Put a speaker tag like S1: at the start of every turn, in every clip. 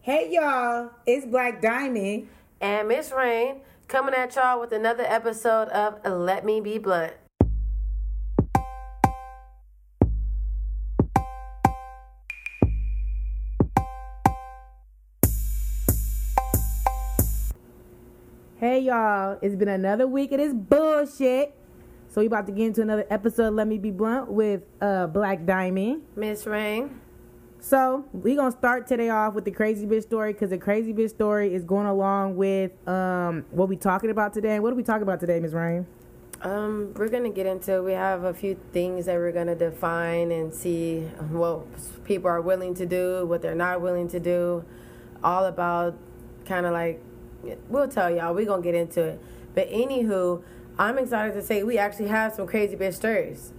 S1: Hey y'all, it's Black Diamond.
S2: and Miss Rain coming at y'all with another episode of Let Me Be Blunt.
S1: Hey y'all, it's been another week of this bullshit. So we about to get into another episode. of Let me be blunt with uh Black Diamond.
S2: Miss Rain,
S1: So we gonna start today off with the crazy bitch story because the crazy bitch story is going along with um what we talking about today. And what are we talking about today, Ms. Rain?
S2: um, we're gonna get into. We have a few things that we're gonna define and see what people are willing to do, what they're not willing to do. All about kind of like we'll tell y'all. We're gonna get into it. But anywho, I'm excited to say we actually have some crazy bitch stories.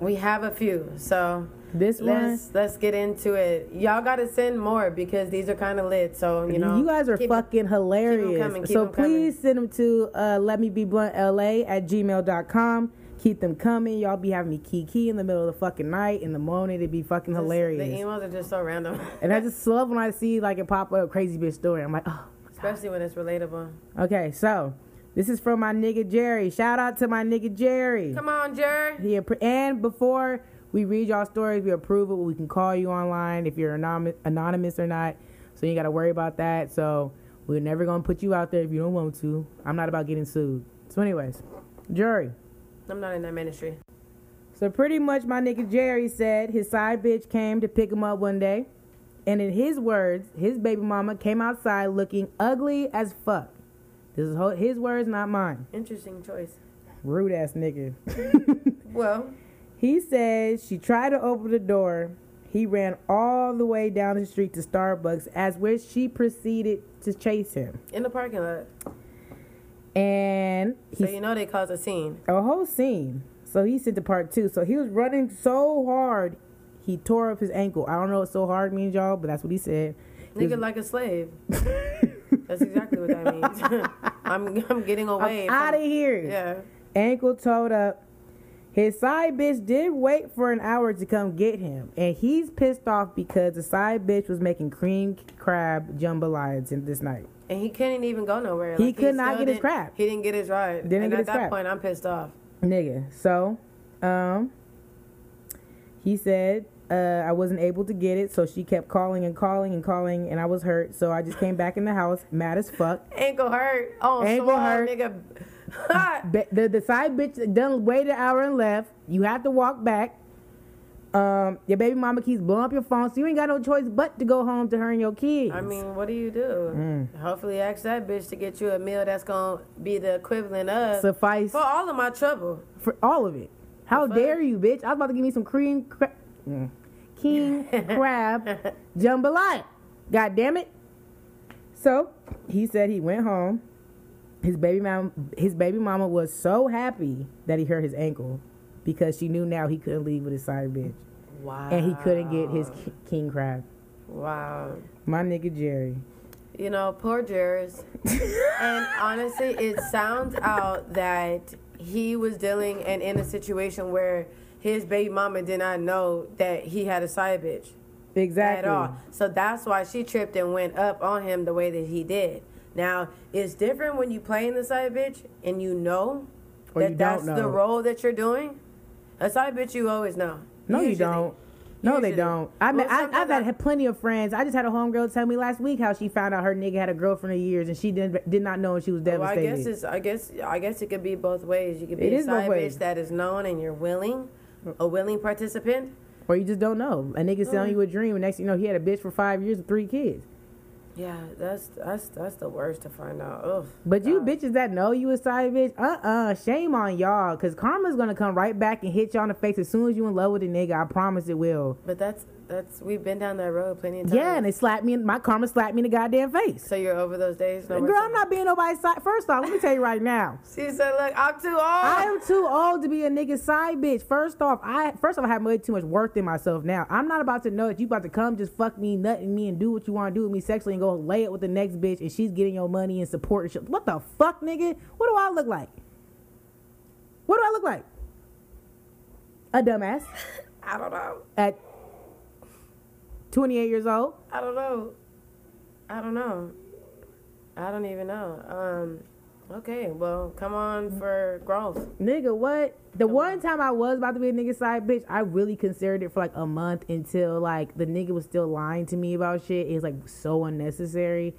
S2: We have a few, so
S1: This one.
S2: Let's let's get into it. Y'all gotta send more because these are kind of lit. So you know,
S1: You guys are
S2: keep it-
S1: fucking hilarious.
S2: coming, keep
S1: so
S2: 'em coming.
S1: please send them to uh, let me be blunt la at gmail.com. Keep them coming. Y'all be having me kiki in the middle of the fucking night in the morning. It'd be fucking
S2: just- The
S1: hilarious.
S2: emails are just so random,
S1: And I just love when I see like a pop up crazy bitch story. I'm like, oh.
S2: especially when it's relatable.
S1: Okay, so this is from my nigga Jerry. Shout out to my nigga Jerry.
S2: Come on, Jer.
S1: He appro- and before we read y'all stories, we approve it. We can call you online if you're anonymous, anonymous or not. So you got to worry about that. So we're never gonna put you out there if you don't want to. I'm not about getting sued. So, anyways, jury.
S2: I'm not in that ministry.
S1: So pretty much, my nigga Jerry said his side bitch came to pick him up one day, and in his words, his baby mama came outside looking ugly as fuck. This is ho- his words, not mine.
S2: Interesting choice.
S1: Rude ass nigga.
S2: Well,
S1: He says she tried to open the door. He ran all the way down the street to Starbucks, as which she proceeded to chase him.
S2: in the parking lot,
S1: And he
S2: so you know they caused a scene.
S1: a whole scene. So he sent to part two. So he was running so hard, he tore up his ankle. I don't know what so hard means, y'all, but that's what he said. He
S2: Nigga
S1: was-
S2: like a slave. That's exactly what that means. I'm I'm getting away.
S1: I'm out of here.
S2: Yeah.
S1: ankle toed up. His side bitch did wait for an hour to come get him, and he's pissed off because the side bitch was making cream crab jambalayas in this night.
S2: And he couldn't even go nowhere.
S1: He could not
S2: still
S1: get his
S2: didn't-
S1: crap.
S2: He didn't get his ride.
S1: Didn't
S2: and
S1: get
S2: at
S1: his
S2: that
S1: crap.
S2: point, I'm pissed off.
S1: Nigga. So, um, he said, uh, I wasn't able to get it, so she kept calling and calling and calling, and I was hurt, so I just came back in the house, mad as fuck.
S2: Ankle hurt. Oh,
S1: Ankle
S2: swole,
S1: hurt.
S2: nigga.
S1: Ba- the, the side bitch that done waited an hour and left. You have to walk back. Um, your baby mama keeps blowing up your phone, so you ain't got no choice but to go home to her and your kids.
S2: I mean, what do you do?
S1: Mm.
S2: Hopefully, ask that bitch to get you a meal that's gonna be the equivalent of
S1: suffice
S2: for all of my trouble.
S1: for all of it. How
S2: fuck?
S1: dare you, bitch? I was about to give me some cream cra- mm. king crab jambalaya. God damn it! So he said he went home. His baby mom, his baby mama was so happy that he hurt his ankle because she knew now he couldn't leave with his side bitch,
S2: Wow.
S1: and he couldn't get his ki- king crab.
S2: Wow.
S1: My nigga Jerry.
S2: You know, poor Jerris. and honestly, it sounds out that he was dealing and in a situation where his baby mama did not know that he had a side bitch.
S1: Exactly.
S2: at all. So that's why she tripped and went up on him the way that he did. Now it's different when you play in the side bitch and you know
S1: Or
S2: that
S1: you don't
S2: that's the
S1: know.
S2: role that you're doing. A side bitch, you always know.
S1: No, you
S2: Usually.
S1: don't. No,
S2: Usually.
S1: they don't. I mean,
S2: Well,
S1: I, I've
S2: sometimes I-
S1: had plenty of friends. I just had a homegirl tell me last week how she found out her nigga had a girlfriend of years, and she didn't did not know, and she was
S2: Well, Oh, I
S1: devastated.
S2: guess it's. I guess. I guess it could be both ways. You could be
S1: It
S2: a
S1: is both
S2: side
S1: ways.
S2: bitch that is known and you're willing, a willing participant.
S1: or you just don't know. A nigga
S2: Mm.
S1: selling you a dream, and next thing you know, he had a bitch for five years with three kids.
S2: Yeah, that's that's that's the worst to find out. Ugh.
S1: But you bitches that know you a side bitch, uh uh shame on y'all, cause karma's gonna come right back and hit you on the face as soon as you in love with a nigga. I promise it will.
S2: But that's that's we've been down that road plenty of times.
S1: Yeah, and it slapped me. In, my karma slapped me in the goddamn face.
S2: so you're over those days. No more
S1: Girl, I'm
S2: time.
S1: not being nobody's side. First off, let me tell you right now.
S2: She said, "Look, I'm too old."
S1: I am too old to be a nigga side bitch. First off, I first off I have way too much worth in myself now. I'm not about to know that you about to come just fuck me, nut in me, and do what you want to do with me sexually, and go lay it with the next bitch, and she's getting your money and support and shit. What the fuck, nigga? What do I look like? What do I look like? A dumbass
S2: I don't know.
S1: at 28 years old.
S2: I don't know. I don't know. I don't even know. Um, okay, well, come on for growth.
S1: Nigga, what? The one time I was about to be a nigga side bitch, I really considered it for like a month until like the nigga was still lying to me about shit. It was like so unnecessary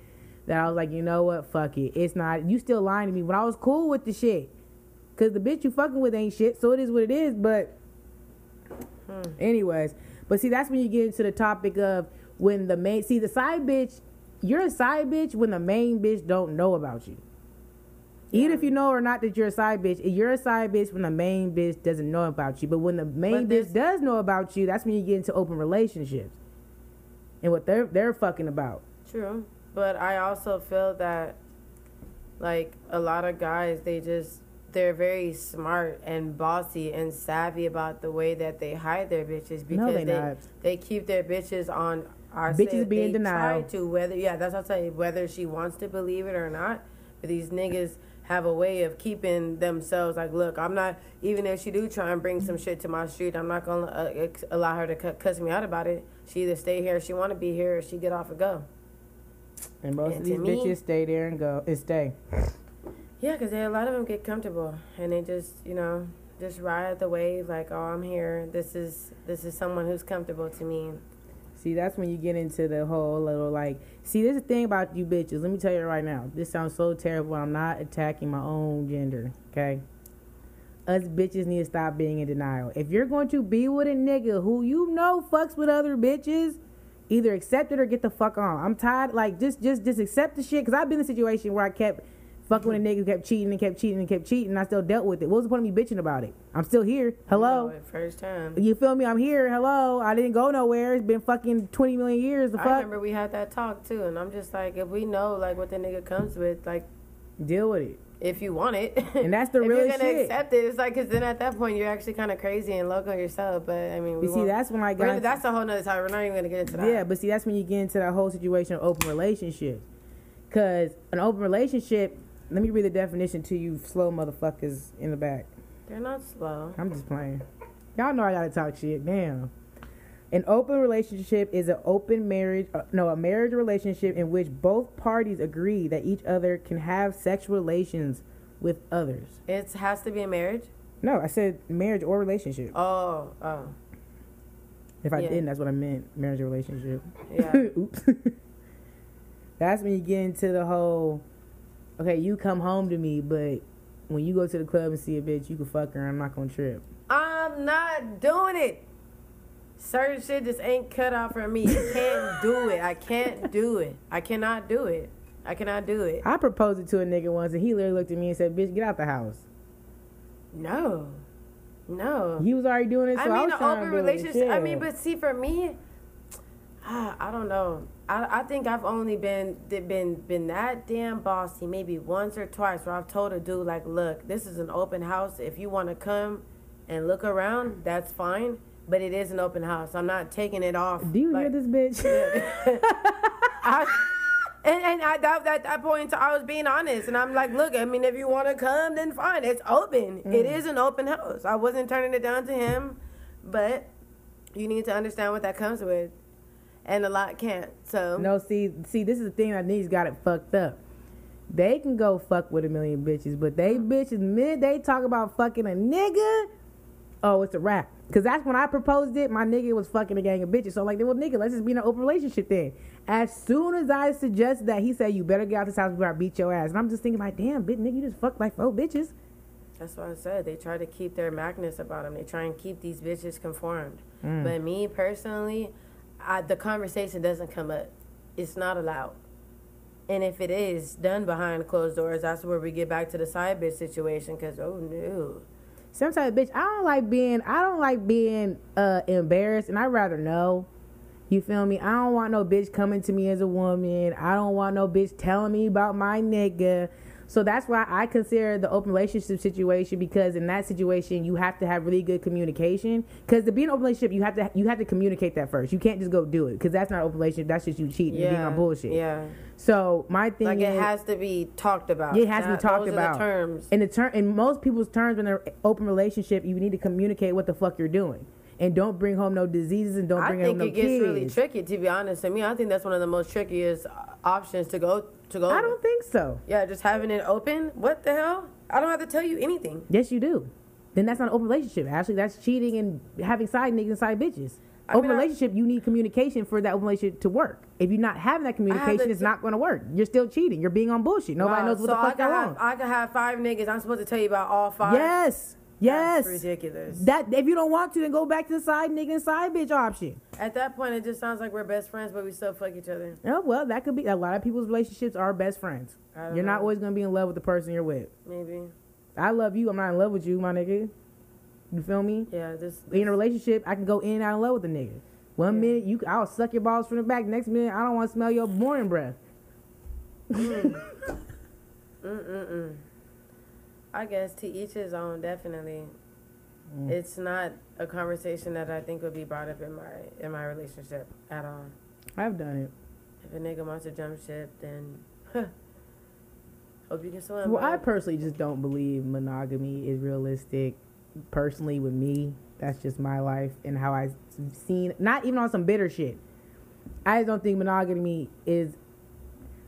S1: that I was like, you know what? Fuck it. It's not. You still lying to me. But I was cool with the shit. Cause the bitch you fucking with ain't shit. So it is what it is. But anyways, but see that's when you get into the topic of when the main see the side bitch. You're a side bitch when the main bitch don't know about you. Even if you know or not that you're a side bitch, you're a side bitch when the main bitch doesn't know about you. But when the main
S2: But there's-
S1: bitch does know about you, that's when you get into open relationships and what they're they're fucking about.
S2: True, but I also feel that like a lot of guys, they just they're very smart and bossy and savvy about the way that they hide their bitches because
S1: they
S2: they they,
S1: not.
S2: keep their bitches on our
S1: Bitches be in
S2: they
S1: denial.
S2: Try to whether yeah, that's what I say whether she wants to believe it or not. But these niggas have a way of keeping themselves like, look, I'm not even if she do try and bring some shit to my street, I'm not gonna uh, ex- allow her to cu- cuss me out about it. She either stay here, she want to be here, or she get off and go.
S1: And most
S2: And
S1: of
S2: to
S1: these
S2: me-
S1: bitches stay there and go and stay.
S2: Yeah, 'cause they, a lot of them get comfortable and they just, you know, just ride the wave like, oh, I'm here. This is this is someone who's comfortable to me.
S1: See, that's when you get into the whole little like. See, there's a thing about you bitches. Let me tell you right now. This sounds so terrible. I'm not attacking my own gender. Okay. Us bitches need to stop being in denial. If you're going to be with a nigga who you know fucks with other bitches, either accept it or get the fuck on. I'm tired. Like just, just, just accept the shit. Cause I've been in a situation where I kept fucking with a nigga, kept cheating and kept cheating and kept cheating. And I still dealt with it. What was the point of me bitching about it? I'm still here. Hello.
S2: You know, at first time.
S1: You feel me? I'm here. Hello. I didn't go nowhere. It's been fucking 20 million years. The
S2: I
S1: fuck?
S2: remember we had that talk too, and I'm just like, if we know like what the nigga comes with, like
S1: Deal with it.
S2: if you want it,
S1: And that's the
S2: if
S1: real
S2: you're gonna
S1: shit.
S2: accept it, it's like, 'cause then at that point you're actually kind of crazy and loco yourself. But I mean, we
S1: You see,
S2: won't-
S1: that's when I got.
S2: Really, that's a whole nother topic. We're not even gonna get into that.
S1: yeah, but see, that's when you get into that whole situation of open relationships. Because an open relationship, let me read the definition to you, slow motherfuckers in the back.
S2: they're not slow.
S1: I'm just playing. Y'all know I gotta talk shit. Damn. An open relationship is an open marriage, uh, no, a marriage relationship in which both parties agree that each other can have sexual relations with others.
S2: It has to be a marriage.
S1: No, I said marriage or relationship.
S2: Oh, oh,
S1: If I
S2: Yeah.
S1: didn't, that's what I meant. Marriage or relationship.
S2: yeah.
S1: Oops. that's when you get into the whole okay, you come home to me, but when you go to the club and see a bitch, you can fuck her. I'm not gonna trip.
S2: I'm not doing it. Certain shit just ain't cut out for me. I can't do it. I can't do it. I cannot do it. I cannot do it.
S1: I proposed it to a nigga once and he literally looked at me and said, Bitch, get out the house.
S2: No. No.
S1: He was already doing it, so
S2: I
S1: I,
S2: mean,
S1: was
S2: an
S1: trying
S2: open
S1: to do it.
S2: relationship. I
S1: Shit.
S2: mean, but see, for me, ah, I don't know. I, I think I've only been th- been been that damn bossy maybe once or twice where I've told a dude like, look, this is an open house. If you want to come and look around, that's fine. But it is an open house. I'm not taking it off.
S1: do you
S2: like-
S1: hear this bitch?
S2: I, and and I, that, at that point, in time, I was being honest, and I'm like, look, I mean, if you want to come, then fine. It's open. It is an open house. I wasn't turning it down to him, but you need to understand what that comes with, and a lot can't. So
S1: no, see, see, this is the thing that niggas got it fucked up. They can go fuck with a million bitches, but they bitches mid they talk about fucking a nigga. Oh, it's a wrap. Cause that's when I proposed it. My nigga was fucking a gang of bitches. So I'm like, well, nigga, let's just be in an open relationship then. As soon as I suggested that, he said, "You better get out this house before I beat your ass." And I'm just thinking, like, damn, bitch, nigga, you just fucked like four bitches.
S2: That's what I said. They try to keep their magnets about them. They try and keep these bitches conformed.
S1: Mm.
S2: But me personally, I, the conversation doesn't come up. It's not allowed. And if it is done behind closed doors, that's where we get back to the side bitch situation. Cause oh no,
S1: Sometimes, bitch, I don't like being I don't like being uh embarrassed, and I'd rather know. You feel me? I don't want no bitch coming to me as a woman. I don't want no bitch telling me about my nigga. So that's why I consider the open relationship situation because in that situation you have to have really good communication. Because to be in an open relationship, you have to you have to communicate that first. You can't just go do it because that's not an open relationship. That's just you cheating and being on bullshit.
S2: Yeah,
S1: So my thing
S2: like
S1: is,
S2: it has to be talked about.
S1: it has to
S2: That-
S1: be talked
S2: those
S1: about.
S2: Are the terms.
S1: In the term, in most people's terms, when they're open relationship, you need to communicate what the fuck you're doing, and don't bring home no diseases, and don't
S2: I
S1: bring home
S2: think
S1: no
S2: it gets
S1: kids.
S2: really tricky. To be honest, to me, I think that's one of the most trickiest uh, options to go to go.
S1: I don't think so.
S2: Yeah, just having it open. What the hell? I don't have to tell you anything.
S1: Yes, you do. Then that's not an open relationship. Actually, that's cheating and having side niggas and side bitches.
S2: I
S1: open
S2: mean, I-
S1: relationship, you need communication for that open relationship to work. If you're not having that communication, it's
S2: do-
S1: not going to work. You're still cheating. You're being on bullshit. Nobody
S2: Wow,
S1: knows what
S2: so
S1: the fuck
S2: I
S1: they're
S2: could
S1: on.
S2: have, I could have five niggas. I'm supposed to tell you about all five.
S1: yes,
S2: That's
S1: yes.
S2: ridiculous.
S1: That if you don't want to, then go back to the side nigga and side bitch option.
S2: At that point, it just sounds like we're best friends, but we still fuck each other.
S1: Oh well, that could be a lot of people's relationships are best friends.
S2: I don't
S1: You're not
S2: know.
S1: always going to be in love with the person you're with.
S2: Maybe.
S1: I love you. I'm not in love with you, my nigga. You feel me?
S2: Yeah. This.
S1: in a relationship, I can go in and out of love with a nigga. One
S2: Yeah.
S1: minute you, I'll suck your balls from the back. Next minute, I don't want to smell your morning breath.
S2: Mm-mm-mm. I guess to each his own. Definitely.
S1: Mm.
S2: It's not a conversation that I think would be brought up in my in my relationship at all.
S1: I've done it.
S2: If a nigga wants to jump ship, then hope you can swim.
S1: Well, I
S2: bud.
S1: personally just don't believe monogamy is realistic. Personally, with me, that's just my life and how I've seen. Not even on some bitter shit. I just don't think monogamy is.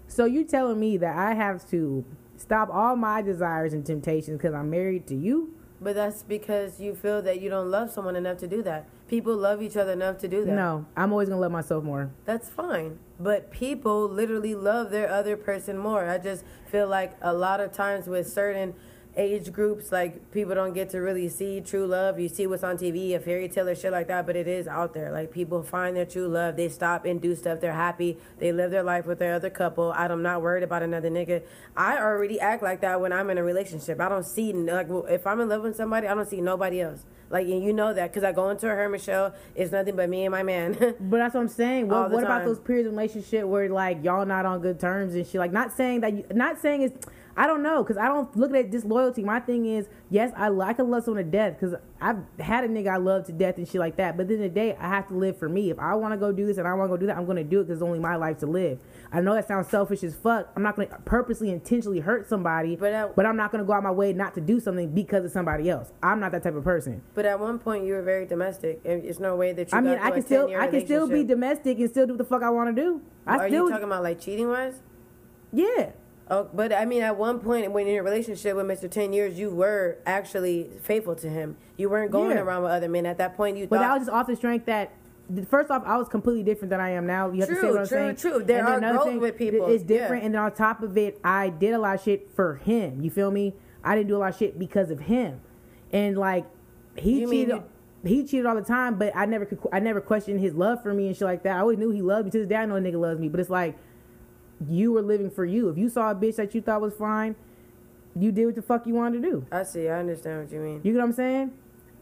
S1: So you telling me that I have to stop all my desires and temptations because I'm married to you?
S2: but that's because you feel that you don't love someone enough to do that. People love each other enough to do that.
S1: No, I'm always gonna love myself more.
S2: That's fine. But people literally love their other person more. I just feel like a lot of times with certain age groups, like people don't get to really see true love. You see what's on TV, a fairy tale or shit like that, but it is out there. Like people find their true love. They stop and do stuff. They're happy. They live their life with their other couple. I'm not worried about another nigga. I already act like that when I'm in a relationship. I don't see, like, if I'm in love with somebody, I don't see nobody else. Like, and you know that because I go into a Herman show, it's nothing but me and my man.
S1: But that's what I'm saying.
S2: All
S1: What,
S2: the
S1: what about
S2: time.
S1: those periods of relationship where like y'all not on good terms and shit? Like not saying that you not saying it's I don't know because I don't look at disloyalty. My thing is yes, I li- I can love someone to death because I've had a nigga I love to death and shit like that. But at the end of the day, I have to live for me. If I want to go do this and I want to go do that, I'm gonna do it because it's only my life to live. I know that sounds selfish as fuck. I'm not gonna purposely intentionally hurt somebody,
S2: But uh, I-
S1: but I'm not gonna go out my way not to do something because of somebody else. I'm not that type of person.
S2: But at one point, you were very domestic, and it's no way that you.
S1: I mean,
S2: got
S1: I
S2: to a
S1: can still
S2: 10-year
S1: I can still be
S2: relationship.
S1: domestic and still do what the fuck I want to do. I
S2: Are
S1: still
S2: you talking about like cheating wise?
S1: yeah.
S2: Oh, but I mean, at one point, when in a relationship with Mister Ten Years, you were actually faithful to him. You weren't going
S1: Yeah.
S2: around with other men at that point. You
S1: But
S2: thought
S1: that was just off the strength that th- first off, I was completely different than I am now. You have to say
S2: True,
S1: what I'm
S2: true,
S1: saying.
S2: true. There
S1: And then
S2: are
S1: another
S2: growth
S1: thing,
S2: with
S1: th-
S2: people.
S1: It's different,
S2: Yeah.
S1: and then on top of it, I did a lot of shit for him. You feel me? I didn't do a lot of shit because of him, and like he
S2: You mean
S1: cheated. he cheated all the time, but I never could. I never questioned his love for me and shit like that. I always knew he loved me. To this day, I know a nigga loves me. But it's like you were living for you. If you saw a bitch that you thought was fine, you did what the fuck you wanted to do.
S2: I see. I understand what you mean.
S1: You get what I'm saying?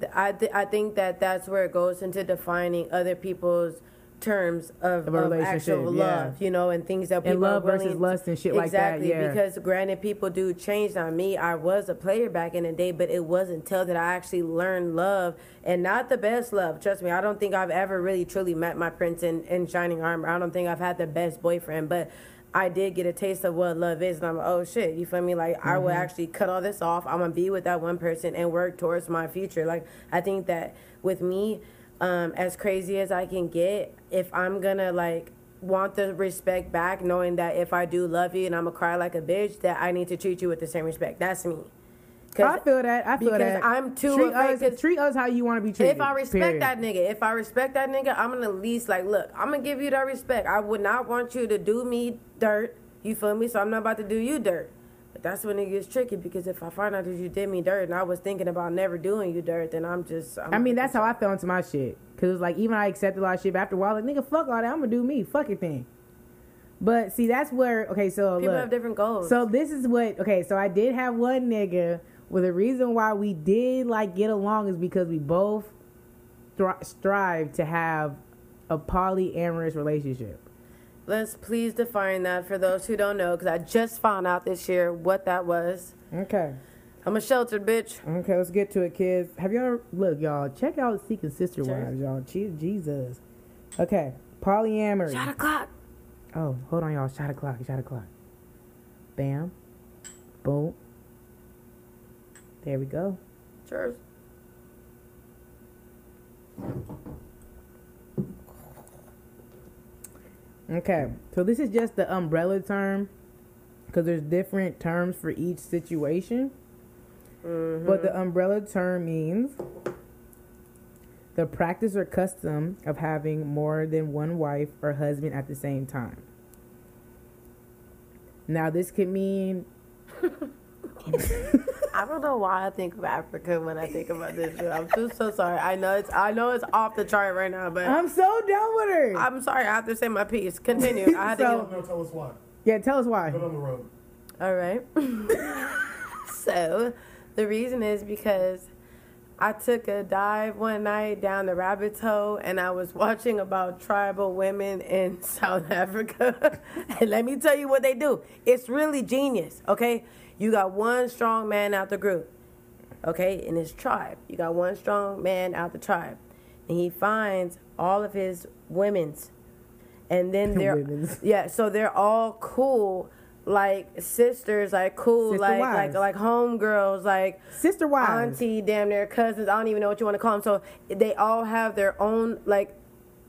S2: Th- I th- I think that that's where it goes into defining other people's terms of,
S1: Of a
S2: of
S1: relationship,
S2: actual
S1: yeah.
S2: love, you know, and things that people are
S1: love versus
S2: willing to-
S1: lust and shit like that,
S2: exactly,
S1: yeah.
S2: because granted, people do change. On me, I was a player back in the day, but it wasn't until that I actually learned love, and not the best love. Trust me, I don't think I've ever really truly met my prince in, in shining armor. I don't think I've had the best boyfriend, but. I did get a taste of what love is, and I'm like, oh shit, you feel me? Like, I will
S1: Mm-hmm.
S2: actually cut all this off. I'm gonna be with that one person and work towards my future. Like, I think that with me, um, as crazy as I can get, if I'm gonna like want the respect back, knowing that if I do love you and I'm gonna cry like a bitch, that I need to treat you with the same respect. That's me.
S1: I feel that. I feel
S2: because
S1: that.
S2: I'm too
S1: treat
S2: afraid
S1: us,
S2: 'cause-
S1: treat us how you want to be treated.
S2: If I respect
S1: period.
S2: that nigga, if I respect that nigga, I'm gonna at least like, look, I'm gonna give you that respect. I would not want you to do me dirt. You feel me? So I'm not about to do you dirt. But that's when it gets tricky because if I find out that you did me dirt and I was thinking about never doing you dirt, then I'm just. I'm
S1: I mean, that's how I fell into my shit. Cause it's like even I accepted a lot of shit, but after a while, like nigga, fuck all that. I'm gonna do me, fuck it thing. But see, that's where okay. So
S2: People
S1: look.
S2: have different goals.
S1: So this is what okay. So I did have one nigga. Well, the reason why we did like get along is because we both thri- strive to have a polyamorous relationship.
S2: Let's please define that for those who don't know, because I just found out this year what that was.
S1: Okay.
S2: I'm a sheltered bitch.
S1: Okay, let's get to it, kids. Have y'all look, y'all check out Seeking Sister
S2: Sure.
S1: Wives, y'all. Je- Jesus. Okay, polyamory.
S2: Shot o'clock.
S1: Oh, hold on, y'all. Shot o'clock. Shot o'clock. Bam. Boom. There we go.
S2: Cheers.
S1: Okay, so this is just the umbrella term because there's different terms for each situation.
S2: Mm-hmm.
S1: But the umbrella term means the practice or custom of having more than one wife or husband at the same time. Now, this could mean
S2: I don't know why I think of Africa when I think about this. Dude. I'm so so sorry. I know it's I know it's off the chart right now, but I'm,
S1: I'm so done with her.
S2: sorry. I have to say my piece. Continue. I had
S1: Oh. So-
S2: to
S3: Now tell us why.
S1: yeah, tell us why.
S3: Go down the road.
S2: get, all right. so the reason is because I took a dive one night down the rabbit hole and I was watching about tribal women in South Africa. and let me tell you what they do. It's really genius, okay? You got one strong man out the group, okay, in his tribe. You got one strong man out the tribe. And he finds all of his women's. And then they're
S1: Women's.
S2: yeah, so they're all cool like sisters, like cool,
S1: Sister
S2: like
S1: wives.
S2: like like homegirls, like
S1: Sister wives.
S2: auntie, damn near cousins. I don't even know what you want to call them. So they all have their own like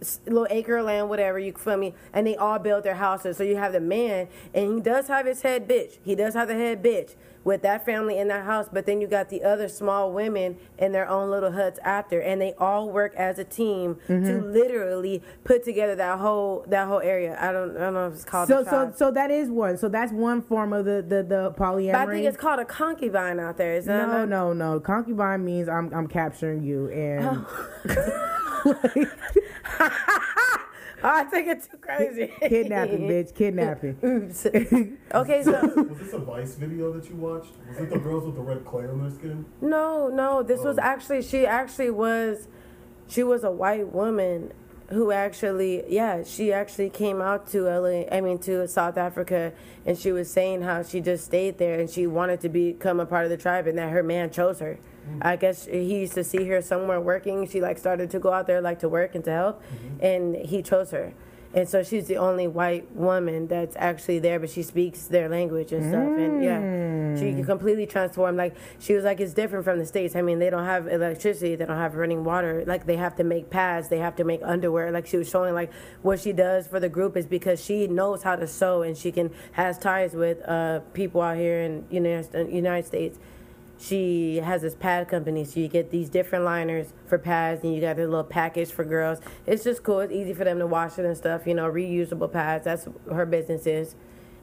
S2: s- little acre of land, whatever you feel me. And they all build their houses. So you have the man, and he does have his head bitch. He does have the head bitch with that family in that house. But then you got the other small women in their own little huts after, and they all work as a team to
S1: Mm-hmm.
S2: literally put together that whole that whole area. I don't I don't know if it's called
S1: So,
S2: the
S1: so,
S2: tribe.
S1: so that is one. So that's one form of the the, the polyamory.
S2: But I think it's called a concubine out there. Is that
S1: no, no, no. Concubine means I'm I'm capturing you,
S2: Oh.
S1: and
S2: I think it's too crazy.
S1: kidnapping, bitch, kidnapping.
S2: Oops. okay, so
S3: Was this a Vice video that you watched? Was it the girls with the red clay on their skin?
S2: no, no, this was
S3: Oh.
S2: actually she actually was she was a white woman who actually yeah, she actually came out to LA I mean to South Africa and she was saying how she just stayed there and she wanted to become a part of the tribe and that her man chose her. I guess he used to see her somewhere working. She like started to go out there like to work and to help and he chose her. And so she's the only white woman that's actually there, but she speaks their language and stuff. And yeah, she completely transformed. Like she was like, it's different from the states. I mean, they don't have electricity, they don't have running water. Like they have to make pads, they have to make underwear. Like she was showing, like what she does for the group is because she knows how to sew and she can has ties with uh, people out here in United United States she has this pad company, so you get these different liners for pads, and you got their little package for girls. It's just cool. It's easy for them to wash it and stuff. You know, reusable pads. That's what her business is,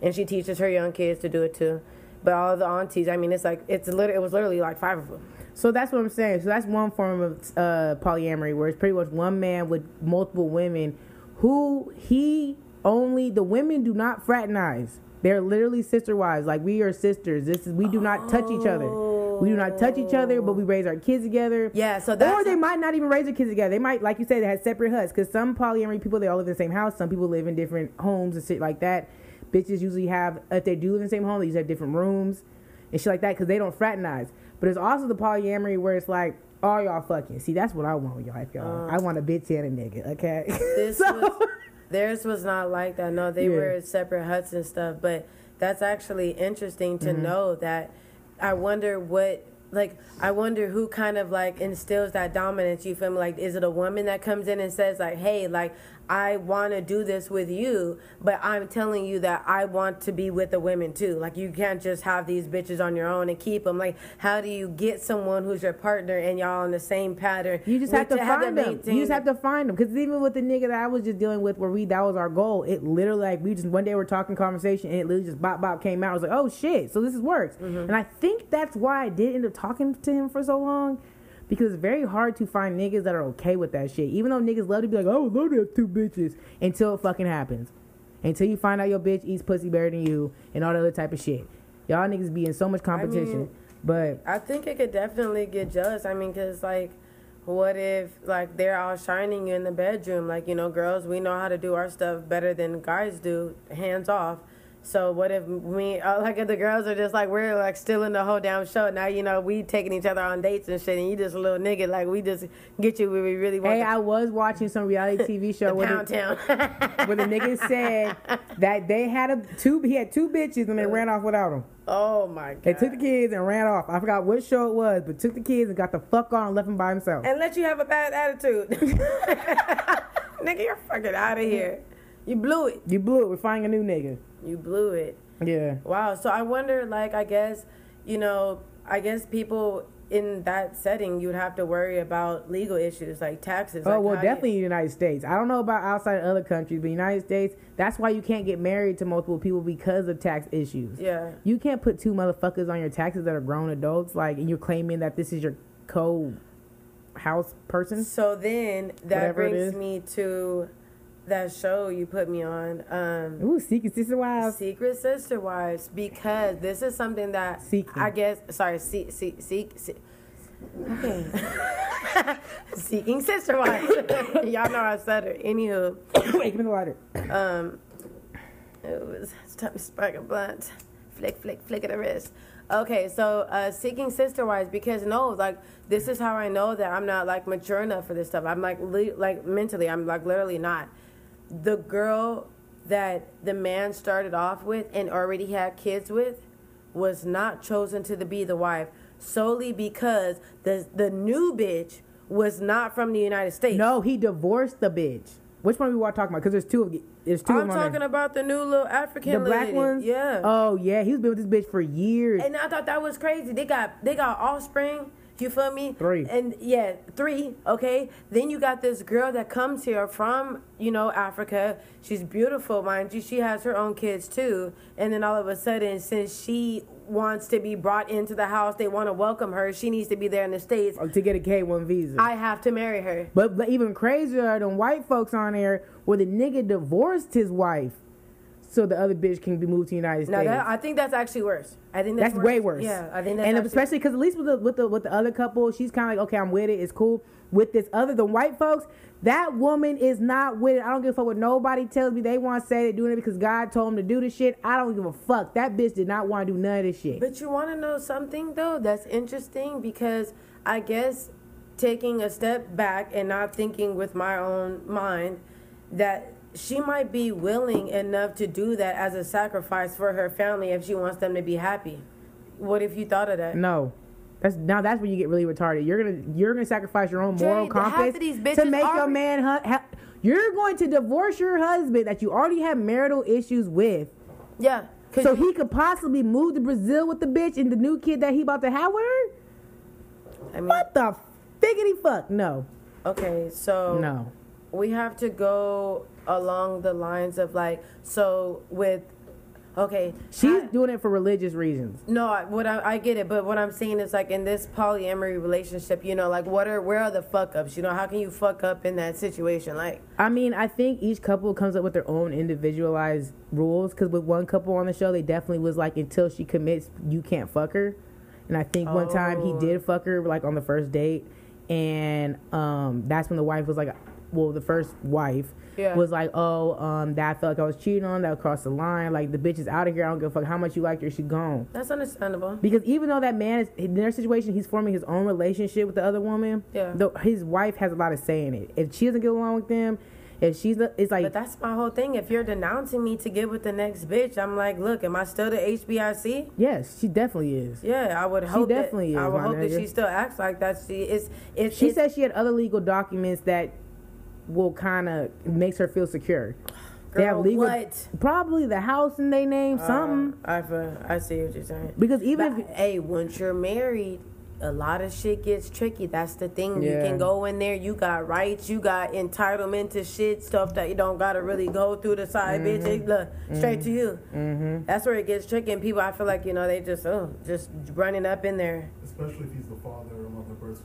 S2: and she teaches her young kids to do it too. But all the aunties, I mean, it's like it's literally it was literally like five of them.
S1: So that's what I'm saying. So that's one form of uh, polyamory, where it's pretty much one man with multiple women, who he only the women do not fraternize. They're literally sister wives. Like we are sisters. This is we do not touch each other. We do not touch each other, but we raise our kids together.
S2: Yeah, so that's
S1: or they might not even raise their kids together. They might, like you said, they had separate huts. Because some polyamory people, they all live in the same house. Some people live in different homes and shit like that. Bitches usually have, if they do live in the same home, they usually have different rooms and shit like that because they don't fraternize. But there's also the polyamory where it's like, all y'all fucking. See, that's what I want with y'all. If y'all, I want a bitch and a nigga. Okay.
S2: this was theirs was not like that. No, they
S1: Yeah.
S2: were separate huts and stuff. But that's actually interesting to
S1: Mm-hmm.
S2: know that. I wonder what like I wonder who kind of like instills that dominance. You feel me? Like is it a woman that comes in and says like, hey, like I want to do this with you, but I'm telling you that I want to be with the women too. Like you can't just have these bitches on your own and keep them. Like how do you get someone who's your partner and y'all on the same pattern?
S1: You just have to find them. You just have to find them. Because even with the nigga that I was just dealing with, where we that was our goal, it literally like we just one day we're talking conversation and it literally just bop bop came out. I was like, oh shit, so this is works. And I think that's why I did end up talking to him for so long. Because it's very hard to find niggas that are okay with that shit. Even though niggas love to be like, oh, love to have two bitches until it fucking happens. Until you find out your bitch eats pussy better than you and all that other type of shit. Y'all niggas be in so much competition. but
S2: I think it could definitely get jealous. I mean, cause like, what if like they're all shining you in the bedroom? Like you know, girls, we know how to do our stuff better than guys do, hands off. So what if me, uh, like if the girls are just like we're like still in the whole damn show now? You know, we taking each other on dates and shit, and you just a little nigga. Like we just get you where we really want.
S1: hey, I was watching some reality TV show
S2: the
S1: where
S2: pound
S1: the-
S2: town.
S1: where the nigga said that they had a two he had two bitches and they ran off without him.
S2: oh my god!
S1: They took the kids and ran off. I forgot what show it was, but took the kids and got the fuck on and left him by himself.
S2: and let you have a bad attitude. Nigga, you're fucking out of here. You blew it.
S1: You blew it. We're finding a new nigga.
S2: You blew it.
S1: Yeah.
S2: Wow. So I wonder, like, I guess, you know, I guess people in that setting, you'd have to worry about legal issues like taxes.
S1: Oh
S2: like
S1: well,
S2: how do you-
S1: definitely in the United States. I don't know about outside other countries, but United States. That's why you can't get married to multiple people because of tax issues.
S2: yeah.
S1: You can't put two motherfuckers on your taxes that are grown adults, like, and you're claiming that this is your co house person.
S2: So then that
S1: Whatever it is.
S2: brings me to that show you put me on, um,
S1: Ooh, secret sister wives.
S2: Secret Sister Wives, because this is something that
S1: Seeking.
S2: I guess. Sorry, seek, seek, seek. seek okay. Seeking Sister Wives. Y'all know I said it. Anywho,
S1: Wait, give me the lighter.
S2: um, it was it's time to spark a blunt. Flick, flick, flick of the wrist. Okay, so uh, seeking sister wives because no, like this is how I know that I'm not like mature enough for this stuff. I'm like li- like mentally, I'm like literally not. The girl that the man started off with and already had kids with was not chosen to the, be the wife solely because the the new bitch was not from the United States.
S1: No, he divorced the bitch. Which one we want to talk about? Because there's two of there's 2
S2: I'm
S1: of them. on there.
S2: talking about the new little African
S1: the black
S2: lady.
S1: ones.
S2: Yeah.
S1: Oh yeah, he's been with this bitch for years.
S2: And I thought that was crazy. They got they got offspring. You feel me?
S1: Three.
S2: And yeah, three. Okay. Then you got this girl that comes here from you know Africa. She's beautiful, mind you. She has her own kids too. And then all of a sudden, since she wants to be brought into the house, they want to welcome her. She needs to be there in the states.
S1: uh, to get a K one visa.
S2: I have to marry her.
S1: but, but even crazier than white folks on there, where the nigga divorced his wife, so the other bitch can be moved to United
S2: Now
S1: States.
S2: that I think that's actually worse. I think that's,
S1: that's way worse.
S2: Yeah, I think that's
S1: and
S2: actually-
S1: especially because at least with the with the with the other couple, she's kind of like, okay, I'm with it, it's cool. With this other, the white folks, that woman is not with it. I don't give a fuck what nobody tells me. They want to say they're doing it because God told them to do this shit. I don't give a fuck. That bitch did not want to do none of this shit.
S2: But you want to know something though that's interesting because I guess taking a step back and not thinking with my own mind that she might be willing enough to do that as a sacrifice for her family if she wants them to be happy. What if you thought of that?
S1: No. That's now. That's when you get really retarded. You're gonna you're gonna sacrifice your own moral
S2: Dre, the half
S1: compass
S2: of these
S1: to
S2: bitches
S1: make your
S2: already-
S1: man. Hu- ha- you're going to divorce your husband that you already have marital issues with,
S2: Yeah. 'cause
S1: so
S2: you-
S1: he could possibly move to Brazil with the bitch and the new kid that he about to have with her.
S2: I mean,
S1: What the figgity fuck? No,
S2: okay, so
S1: no.
S2: we have to go along the lines of like so with okay
S1: She's
S2: I-
S1: doing it for religious reasons.
S2: No, I, what I, I get it, but what I'm saying is like in this polyamory relationship, you know, like what are where are the fuck ups? You know, how can you fuck up in that situation? Like,
S1: I mean, I think each couple comes up with their own individualized rules. Because with one couple on the show, they definitely was like, until she commits, you can't fuck her. And I think one time he
S2: Oh.
S1: did fuck her, like on the first date, and um, that's when the wife was like, well, the first wife
S2: Yeah.
S1: was like, oh, um, that I felt like I was cheating on, that crossed the line. Like the bitch is out of here. I don't give a fuck how much you liked her. She gone.
S2: that's understandable.
S1: Because even though that man is in their situation, he's forming his own relationship with the other woman.
S2: Yeah.
S1: Though his wife has a lot of say in it. If she doesn't get along with them, if she's the, it's like
S2: But that's my whole thing. If you're denouncing me to get with the next bitch, I'm like, look, am I still the HBIC?
S1: yes, she definitely is.
S2: Yeah, I would hope
S1: definitely
S2: that, I
S1: is,
S2: would
S1: my
S2: hope that
S1: nigga.
S2: she still acts like that. She is it's
S1: She
S2: it's-
S1: says she had other legal documents that will kind of makes her feel secure. they have
S2: Girl,
S1: legal,
S2: what?
S1: probably the house in their name, something.
S2: Uh, I feel- I see what you're saying.
S1: Because even
S2: But,
S1: if
S2: hey, once you're married, a lot of shit gets tricky. That's the thing.
S1: Yeah.
S2: You can go in there. You got rights. You got entitlement to shit stuff that you don't gotta really go through the side bitch.
S1: Mm-hmm.
S2: It, look, straight to you. Mm-hmm. That's where it gets tricky. And people, I feel like you know they just oh, just running up in there.
S3: Especially if he's the father and on the birth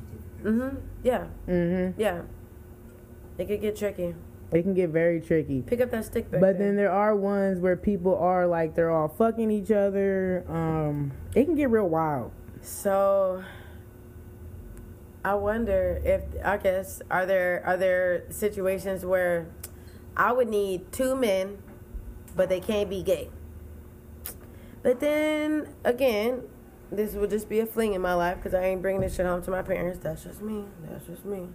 S3: certificate.
S2: Mm-hmm. Yeah,
S1: mhm,
S2: yeah. It could get tricky.
S1: it can get very tricky.
S2: Pick up that stick. Back
S1: But
S2: there.
S1: then there are ones where people are like they're all fucking each other. Um, it can get real wild.
S2: So I wonder if I guess are there are there situations where I would need two men but they can't be gay. But then again, this would just be a fling in my life because I ain't bringing this shit home to my parents. That's just me. That's just me.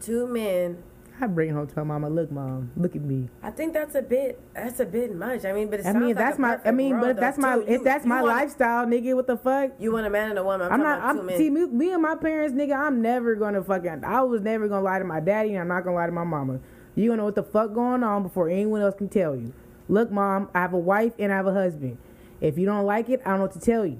S2: Two men.
S1: I bring it home to my mama. Look, mom, look at me.
S2: I think that's a bit. That's a bit much. I mean, but it
S1: I
S2: sounds
S1: mean, if
S2: like
S1: that's
S2: a
S1: my. I
S2: perfect
S1: mean,
S2: world,
S1: but if
S2: though,
S1: that's my.
S2: too.
S1: If
S2: You-
S1: that's
S2: you
S1: my
S2: want-
S1: lifestyle, nigga, what the fuck?
S2: You want a man and a woman. I'm,
S1: I'm
S2: talking
S1: not.
S2: About two
S1: I'm
S2: men.
S1: see me, me and my parents, nigga. I'm never gonna fucking. I was never gonna lie to my daddy, and I'm not gonna lie to my mama. You gonna know what the fuck going on before anyone else can tell you. Look, mom, I have a wife and I have a husband. If you don't like it, I don't know what to tell you.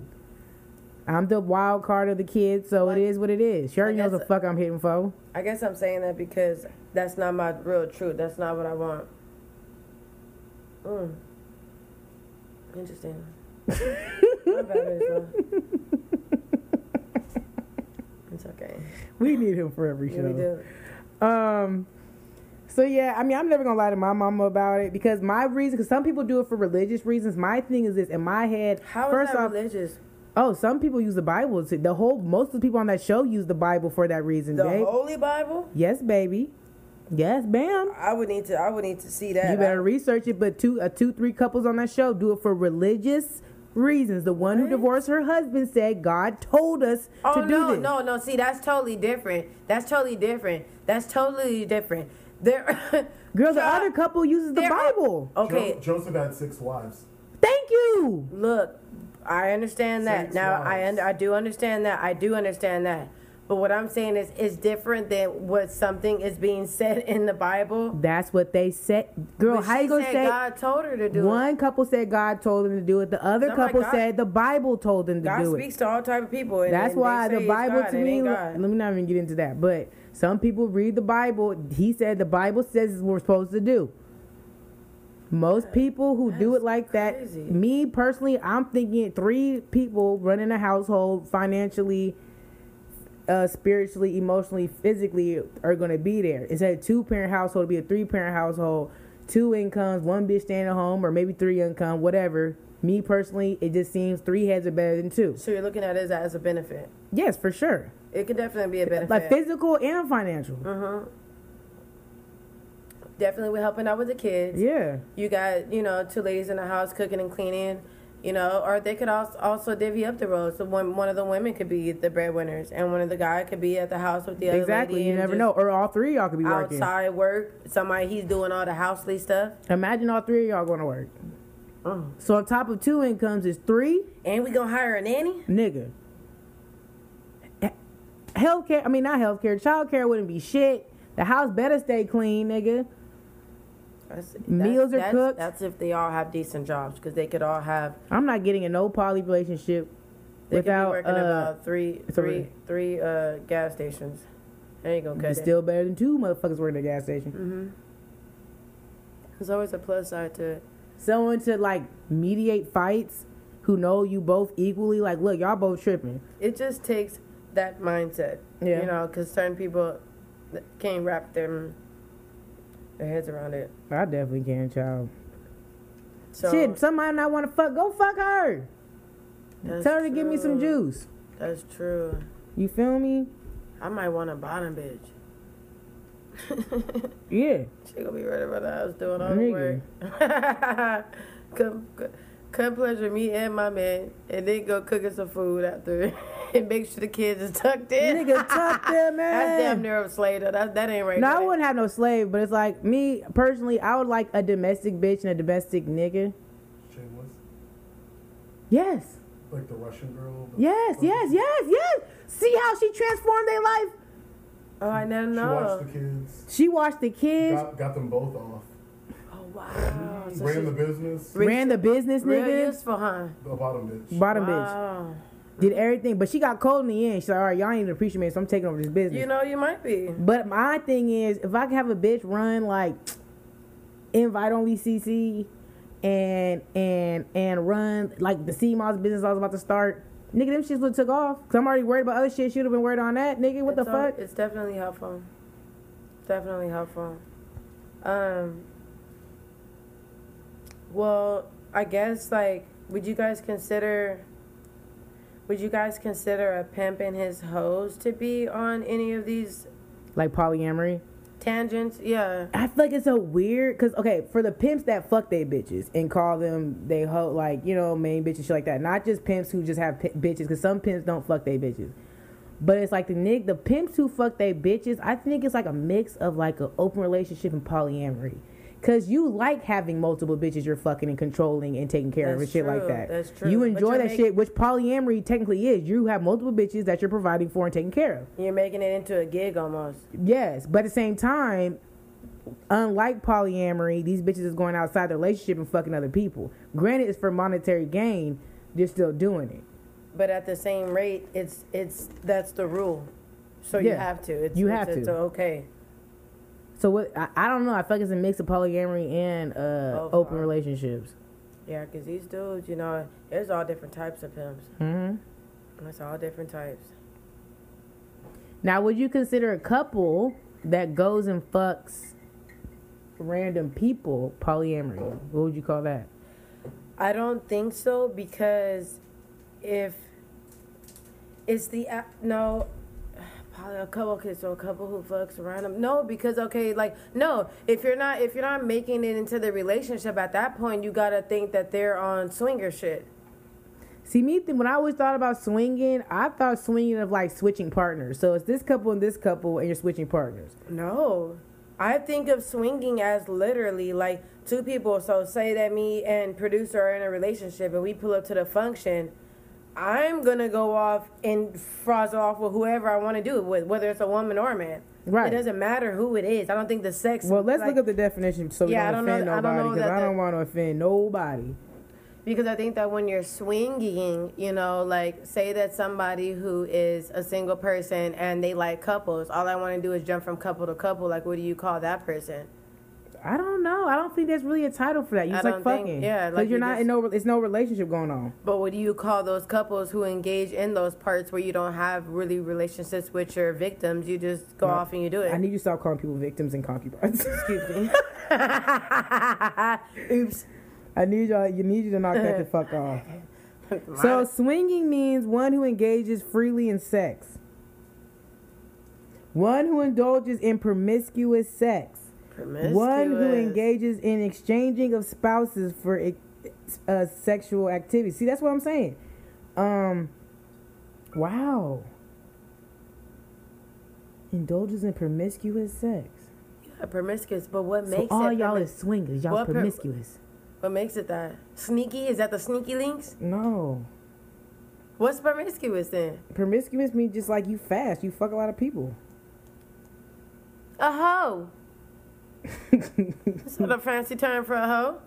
S1: I'm the wild card of the kids, so
S2: Like-
S1: it is what it is. Sure,
S2: like
S1: knows the
S2: that's-
S1: fuck I'm hitting for.
S2: I guess I'm saying that because that's not my real truth. That's not what I want. Mm. Interesting. My bad, Rachel. It's okay.
S1: We need him for every
S2: Yeah,
S1: show.
S2: we do.
S1: Um. So yeah, I mean, I'm never gonna lie to my mama about it because my reason, because some people do it for religious reasons. My thing is this: in my head,
S2: How is
S1: first
S2: that
S1: off,
S2: religious?
S1: oh, some people use the Bible. To, the whole most of the people on that show use the Bible for that reason.
S2: The
S1: babe.
S2: Holy Bible?
S1: yes, baby. Yes, bam.
S2: I would need to. I would need to see that.
S1: You better research it. But two, uh, two, three couples on that show do it for religious reasons. The one who
S2: What?
S1: divorced her husband said God told us
S2: Oh
S1: to do
S2: no,
S1: this.
S2: no, no. See, that's totally different. That's totally different. That's totally different. There,
S1: Girl, the
S2: Child-
S1: other couple uses the
S2: There-
S1: Bible.
S2: Okay,
S3: Jo- Joseph had six wives.
S1: Thank you.
S2: look, I understand that.
S3: Six
S2: now I
S3: wives.
S2: un- I do understand that. I do understand that. But what I'm saying is, it's different than what something is being said in the Bible.
S1: That's what they said. Girl,
S2: But
S1: how
S2: she
S1: you gonna
S2: said
S1: say?
S2: God told her to do it?
S1: One couple said God told them to do it. The other
S2: Not my
S1: couple
S2: God.
S1: said the Bible told them to
S2: God
S1: do it.
S2: speaks to all type of people. And,
S1: That's
S2: and they
S1: why
S2: say
S1: the
S2: it's
S1: Bible
S2: God,
S1: to
S2: it
S1: me.
S2: ain't
S1: Let
S2: God.
S1: me not even get into that. But some people read the Bible. He said the Bible says is what we're supposed to do. Most people who do it like that,
S2: crazy.
S1: me personally, I'm thinking three people running a household financially, uh, spiritually, emotionally, physically are going to be there. Instead of two parent household, it'll be a three parent household, two incomes, one bitch staying at home, or maybe three income, whatever. Me personally, it just seems three heads are better than two.
S2: So you're looking at it as a benefit.
S1: Yes, for sure
S2: It Mm-hmm. could definitely be a benefit.
S1: like physical and financial.
S2: definitely, we're helping out with the kids.
S1: Yeah,
S2: you got you know two ladies in the house cooking and cleaning you know or they could also also divvy up the roles so one one of the women could be the breadwinners and one of the guy could be at the house with the other
S1: exactly.
S2: lady
S1: You
S2: and
S1: never
S2: just
S1: know, or all three of y'all could be working.
S2: outside work somebody he's doing all the housely stuff
S1: Imagine all three of y'all going to work.
S2: Mm.
S1: So on top of two incomes is three
S2: and we gonna hire a nanny
S1: nigga. He- Healthcare, I mean not healthcare, childcare wouldn't be shit. The house better stay clean, nigga.
S2: that's, that's-
S1: Meals are
S2: that's-
S1: cooked.
S2: that's if they all have decent jobs because they could all have
S1: I'm not getting a no poly relationship
S2: they
S1: without
S2: could be working
S1: uh,
S2: about three
S1: it's
S2: three
S1: already-
S2: three uh gas stations there you go cut
S1: it's
S2: it. Mm.
S1: still better than two motherfuckers working at a gas station.
S2: there's always a plus side to it
S1: Someone to like mediate fights who know you both equally. Like, look, y'all both tripping.
S2: it just takes that mindset.
S1: Yeah.
S2: You know, because certain people th- can't wrap them their heads around it.
S1: I definitely can, child.
S2: So
S1: Shit, somebody not want to fuck, go fuck her.
S2: that's
S1: Tell her to give me some
S2: true.
S1: juice.
S2: That's true.
S1: You feel me?
S2: I might want a bottom bitch.
S1: Yeah.
S2: she gonna be right about the house doing all the
S1: Nigga.
S2: work. come, c- come pleasure me and my man, and then go cooking some food after, and make sure the kids is tucked in.
S1: Nigga, tuck them
S2: That's damn
S1: in.
S2: near a slave. though. That that ain't right.
S1: No, I
S2: right.
S1: wouldn't have no slave, but it's like me personally, I would like a domestic bitch and a domestic nigga.
S3: Shameless.
S1: Yes.
S3: Like the Russian girl. the-
S1: Yes, yes, yes, yes. See how she transformed their life?
S2: Oh, I never
S3: She watched
S2: know.
S3: the kids.
S1: She watched the kids,
S3: Got, got them both off.
S2: Oh wow. So
S3: Ran
S2: she-
S3: the business.
S2: Real-
S1: ran the business,
S2: Real
S1: nigga.
S2: useful, huh?
S3: The bottom bitch.
S1: Bottom bitch.
S2: Wow.
S1: Did everything, but she got cold in the end. She's like, all right, y'all ain't even appreciate me, so I'm taking over this business.
S2: You know, you might be.
S1: But my thing is, if I could have a bitch run like invite only CC and and and run like the CMOS business I was about to start, nigga, them shits would took off. Cause I'm already worried about other shit. She would have been worried on that, nigga. What
S2: It's
S1: the
S2: all-
S1: fuck?
S2: It's definitely helpful. Definitely helpful. Um. Well, I guess like, would you guys consider? Would you guys consider a pimp and his hoes to be on any of these
S1: Like polyamory.
S2: tangents? Yeah.
S1: I feel like it's so weird because okay, for the pimps that fuck they bitches and call them they hoe like you know main bitches shit like that. Not just pimps who just have p- bitches because some pimps don't fuck they bitches. But it's like the nig the pimps who fuck they bitches. I think it's like a mix of like an open relationship and polyamory. Cause you like having multiple bitches you're fucking and controlling and taking care of and
S2: That's
S1: shit like
S2: true.
S1: that.
S2: That's true.
S1: You
S2: But
S1: enjoy
S2: you're
S1: that
S2: mak-
S1: shit, which polyamory technically is. You have multiple bitches that you're providing for and taking care of.
S2: You're making it into a gig almost.
S1: Yes, but at the same time, unlike polyamory, these bitches is going outside the relationship and fucking other people. Granted, it's for monetary gain. They're still doing it.
S2: But at the same rate, it's it's that's the rule. So you
S1: Yeah.
S2: have to. It's,
S1: You
S2: it's,
S1: have to.
S2: It's okay.
S1: So what? I, I don't know. I feel like it's a mix of polyamory and uh,
S2: Both
S1: open
S2: are.
S1: relationships.
S2: Yeah, because these dudes, you know, there's all different types of pimps.
S1: hmm
S2: That's all different types.
S1: Now, would you consider a couple that goes and fucks random people polyamory? What would you call that?
S2: I don't think so because if it's the a- no probably a couple okay so a couple who fucks around them no because okay like no if you're not if you're not making it into the relationship at that point you gotta think that they're on swinger shit
S1: See, me, th- when I always thought about swinging, I thought swinging of like switching partners. So it's this couple and this couple, and you're switching partners.
S2: No. I think of swinging as literally like two people. So say that me and producer are in a relationship and we pull up to the function. I'm gonna go off and frazzle off with whoever I want to do it with, whether it's a woman or a man.
S1: Right.
S2: It doesn't matter who it is. I don't think the sex.
S1: Well, let's
S2: like-
S1: look up the definition so we
S2: Yeah, I
S1: don't,
S2: don't know-
S1: offend
S2: I don't
S1: nobody
S2: know
S1: because
S2: that
S1: I don't
S2: that-
S1: want to offend nobody.
S2: because I think that when you're swinging, you know, like say that somebody who is a single person and they like couples. All I want to do is jump from couple to couple. Like, what do you call that person?
S1: I don't know. I don't think there's really a title for that. You
S2: I
S1: just like
S2: don't think-
S1: fucking.
S2: yeah,
S1: because
S2: like
S1: you're
S2: you
S1: not
S2: just-
S1: in no. It's no relationship going on.
S2: But what do you call those couples who engage in those parts where you don't have really relationships with your victims? You just go
S1: No.
S2: off and you do it.
S1: I need you to stop calling people victims and concubines.
S2: Excuse me. Oops.
S1: I need y'all. You need you to knock that the fuck off. So swinging means one who engages freely in sex. One who indulges in promiscuous sex. One who
S2: Promiscuous.
S1: engages in exchanging of spouses for ex- uh, sexual activity. See, that's what I'm saying. Um, wow. Indulges in promiscuous sex.
S2: Yeah, promiscuous. But what
S1: So
S2: makes
S1: all
S2: it
S1: y'all
S2: promi-
S1: is swingers. Y'all
S2: What per-
S1: promiscuous.
S2: what makes it that sneaky? Is that the sneaky links?
S1: no,
S2: What's promiscuous then?
S1: promiscuous means just like you fast. You fuck a lot of people.
S2: A hoe. Is that
S1: Hmm.
S2: a fancy term for a hoe?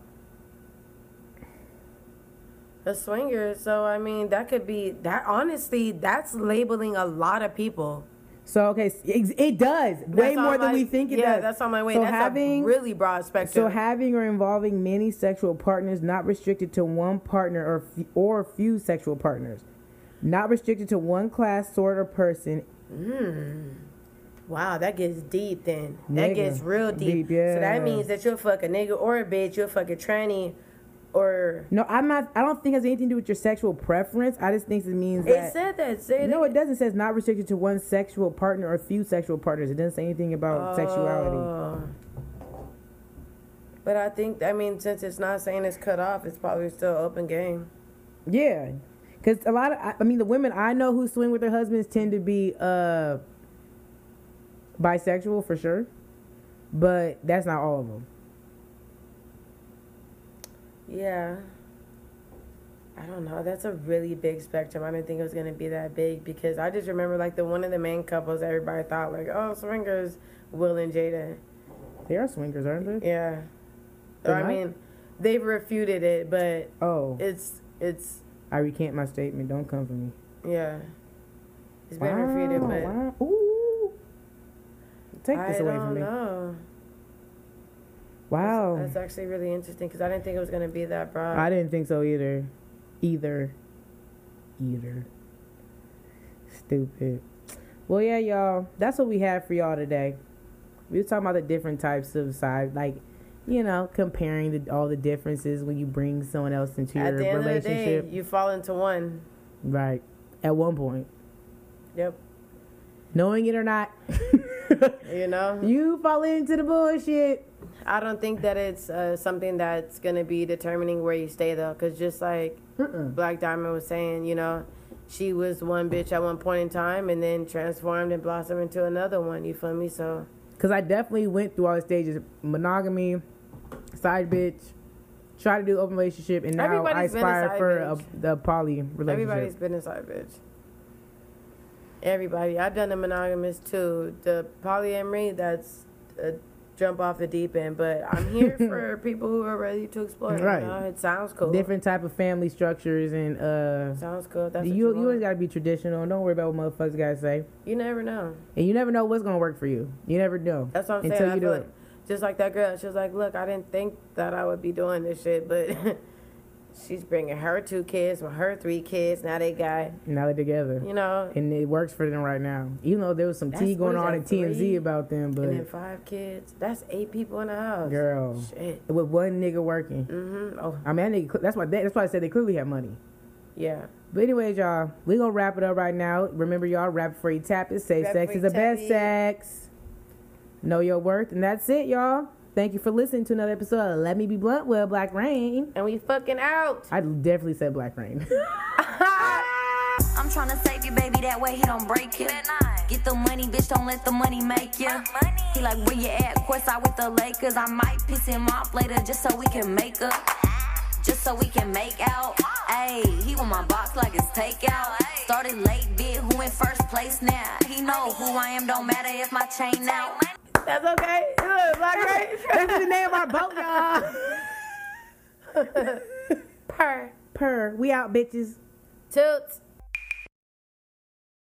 S2: A swinger. So I mean, that could be that. Honestly, that's labeling a lot of people.
S1: So okay, s- ex- it does way
S2: That's on
S1: more than
S2: my-
S1: we think it
S2: yeah,
S1: does.
S2: that's on my way.
S1: So
S2: that's
S1: having
S2: a really broad spectrum.
S1: so having or involving many sexual partners, not restricted to one partner or f- or few sexual partners, not restricted to one class, sort, or person.
S2: wow, that gets deep. Then
S1: Nigga.
S2: that gets real deep.
S1: Deep, yeah.
S2: So that means that you'll fuck a nigga or a bitch. You'll fuck a tranny, or
S1: No, I'm not. I don't think it has anything to do with your sexual preference. I just think it means
S2: it
S1: that.
S2: said that. Said
S1: no,
S2: it.
S1: it doesn't. It says not restricted to one sexual partner or few sexual partners. It doesn't say anything about sexuality.
S2: Oh. But I think I mean since it's not saying it's cut off, it's probably still open game.
S1: Yeah, because a lot of I, I mean the women I know who swing with their husbands tend to be uh bisexual for sure, but that's not all of them.
S2: Yeah. I don't know. That's a really big spectrum. I didn't think it was gonna be that big because I just remember like the one of the main couples everybody thought like, oh, swingers, Will and Jada.
S1: They are swingers, aren't they?
S2: Yeah. Or,
S1: They're
S2: I
S1: not?
S2: mean, they've refuted it, but
S1: Oh,
S2: it's it's
S1: I recant my statement. Don't come for me.
S2: yeah. It's been refuted, but
S1: wow. Ooh. Take
S2: I
S1: this away from
S2: don't
S1: me.
S2: know.
S1: Wow.
S2: That's actually really interesting because I didn't think it was gonna be that broad.
S1: I didn't think so either. Either. Either. Stupid. Well, yeah, y'all. That's what we have for y'all today. We was talking about the different types of side, like, you know, comparing the, all the differences when you bring someone else into
S2: At
S1: your
S2: the end of the
S1: relationship.
S2: day, you fall into one.
S1: right. At one point,
S2: Yep.
S1: knowing it or not,
S2: You know.
S1: you fall into the bullshit.
S2: I don't think that it's uh, something that's gonna be determining where you stay though, because just like
S1: Mm-mm.
S2: Black Diamond was saying, you know, she was one bitch at one point in time and then transformed and blossomed into another one. You feel me? So
S1: Cause I definitely went through all the stages: monogamy, side bitch, try to do open relationship, and now I
S2: Everybody's been a
S1: aspire
S2: side
S1: for a,
S2: bitch.
S1: the poly relationship.
S2: everybody's been a side bitch. Everybody. I've done the monogamous too. The polyamory. That's a jump off the deep end. But I'm here for people who are ready to explore.
S1: Right.
S2: You know? It sounds cool.
S1: Different type of family structures and uh,
S2: Sounds cool. That's
S1: you
S2: what
S1: you,
S2: you, want.
S1: always gotta be traditional. Don't worry about what motherfuckers gotta say,
S2: You never know.
S1: and you never know what's gonna work for you. You never know.
S2: That's what I'm
S1: Until
S2: saying. I
S1: you
S2: feel
S1: do
S2: like,
S1: it.
S2: just like that girl, she was like, "Look, I didn't think that I would be doing this shit, but she's bringing her two kids with her three kids. Now they got,
S1: Now they're together,
S2: you know,
S1: and it works for them right now. Even though there was some tea
S2: That's-
S1: going
S2: what
S1: on
S2: is that,
S1: in TMZ
S2: three?
S1: about them,
S2: and then
S1: but
S2: five kids. That's eight people in the house.
S1: girl,
S2: Shit.
S1: with one nigga working.
S2: Mm-hmm. Oh,
S1: I mean, that nigga, that's why they, that's why I said they clearly have money.
S2: yeah.
S1: But anyways, y'all, we gonna wrap it up right now. Remember, y'all, rap before you tap it. Safe
S2: Rap
S1: sex is the
S2: before you
S1: best
S2: tap it.
S1: sex. Know your worth, and that's it, y'all. Thank you for listening to another episode. of Let me be blunt with Black Rain.
S2: And we fucking out.
S1: I definitely said Black Rain.
S4: I'm tryna save you, baby, that way he don't break you. Get the money, bitch, don't let the money make you. He like, where you at? Course I with the Lakers. I might piss him off later just so we can make up. Just so we can make out. Ayy, he want my box like it's takeout. Started late, bit who in first place now? He know who I am, don't matter if my chain out.
S2: That's okay. Look, black right?
S1: that's the name of our boat, y'all.
S2: Per.
S1: Purr. We out, bitches.
S2: Toots.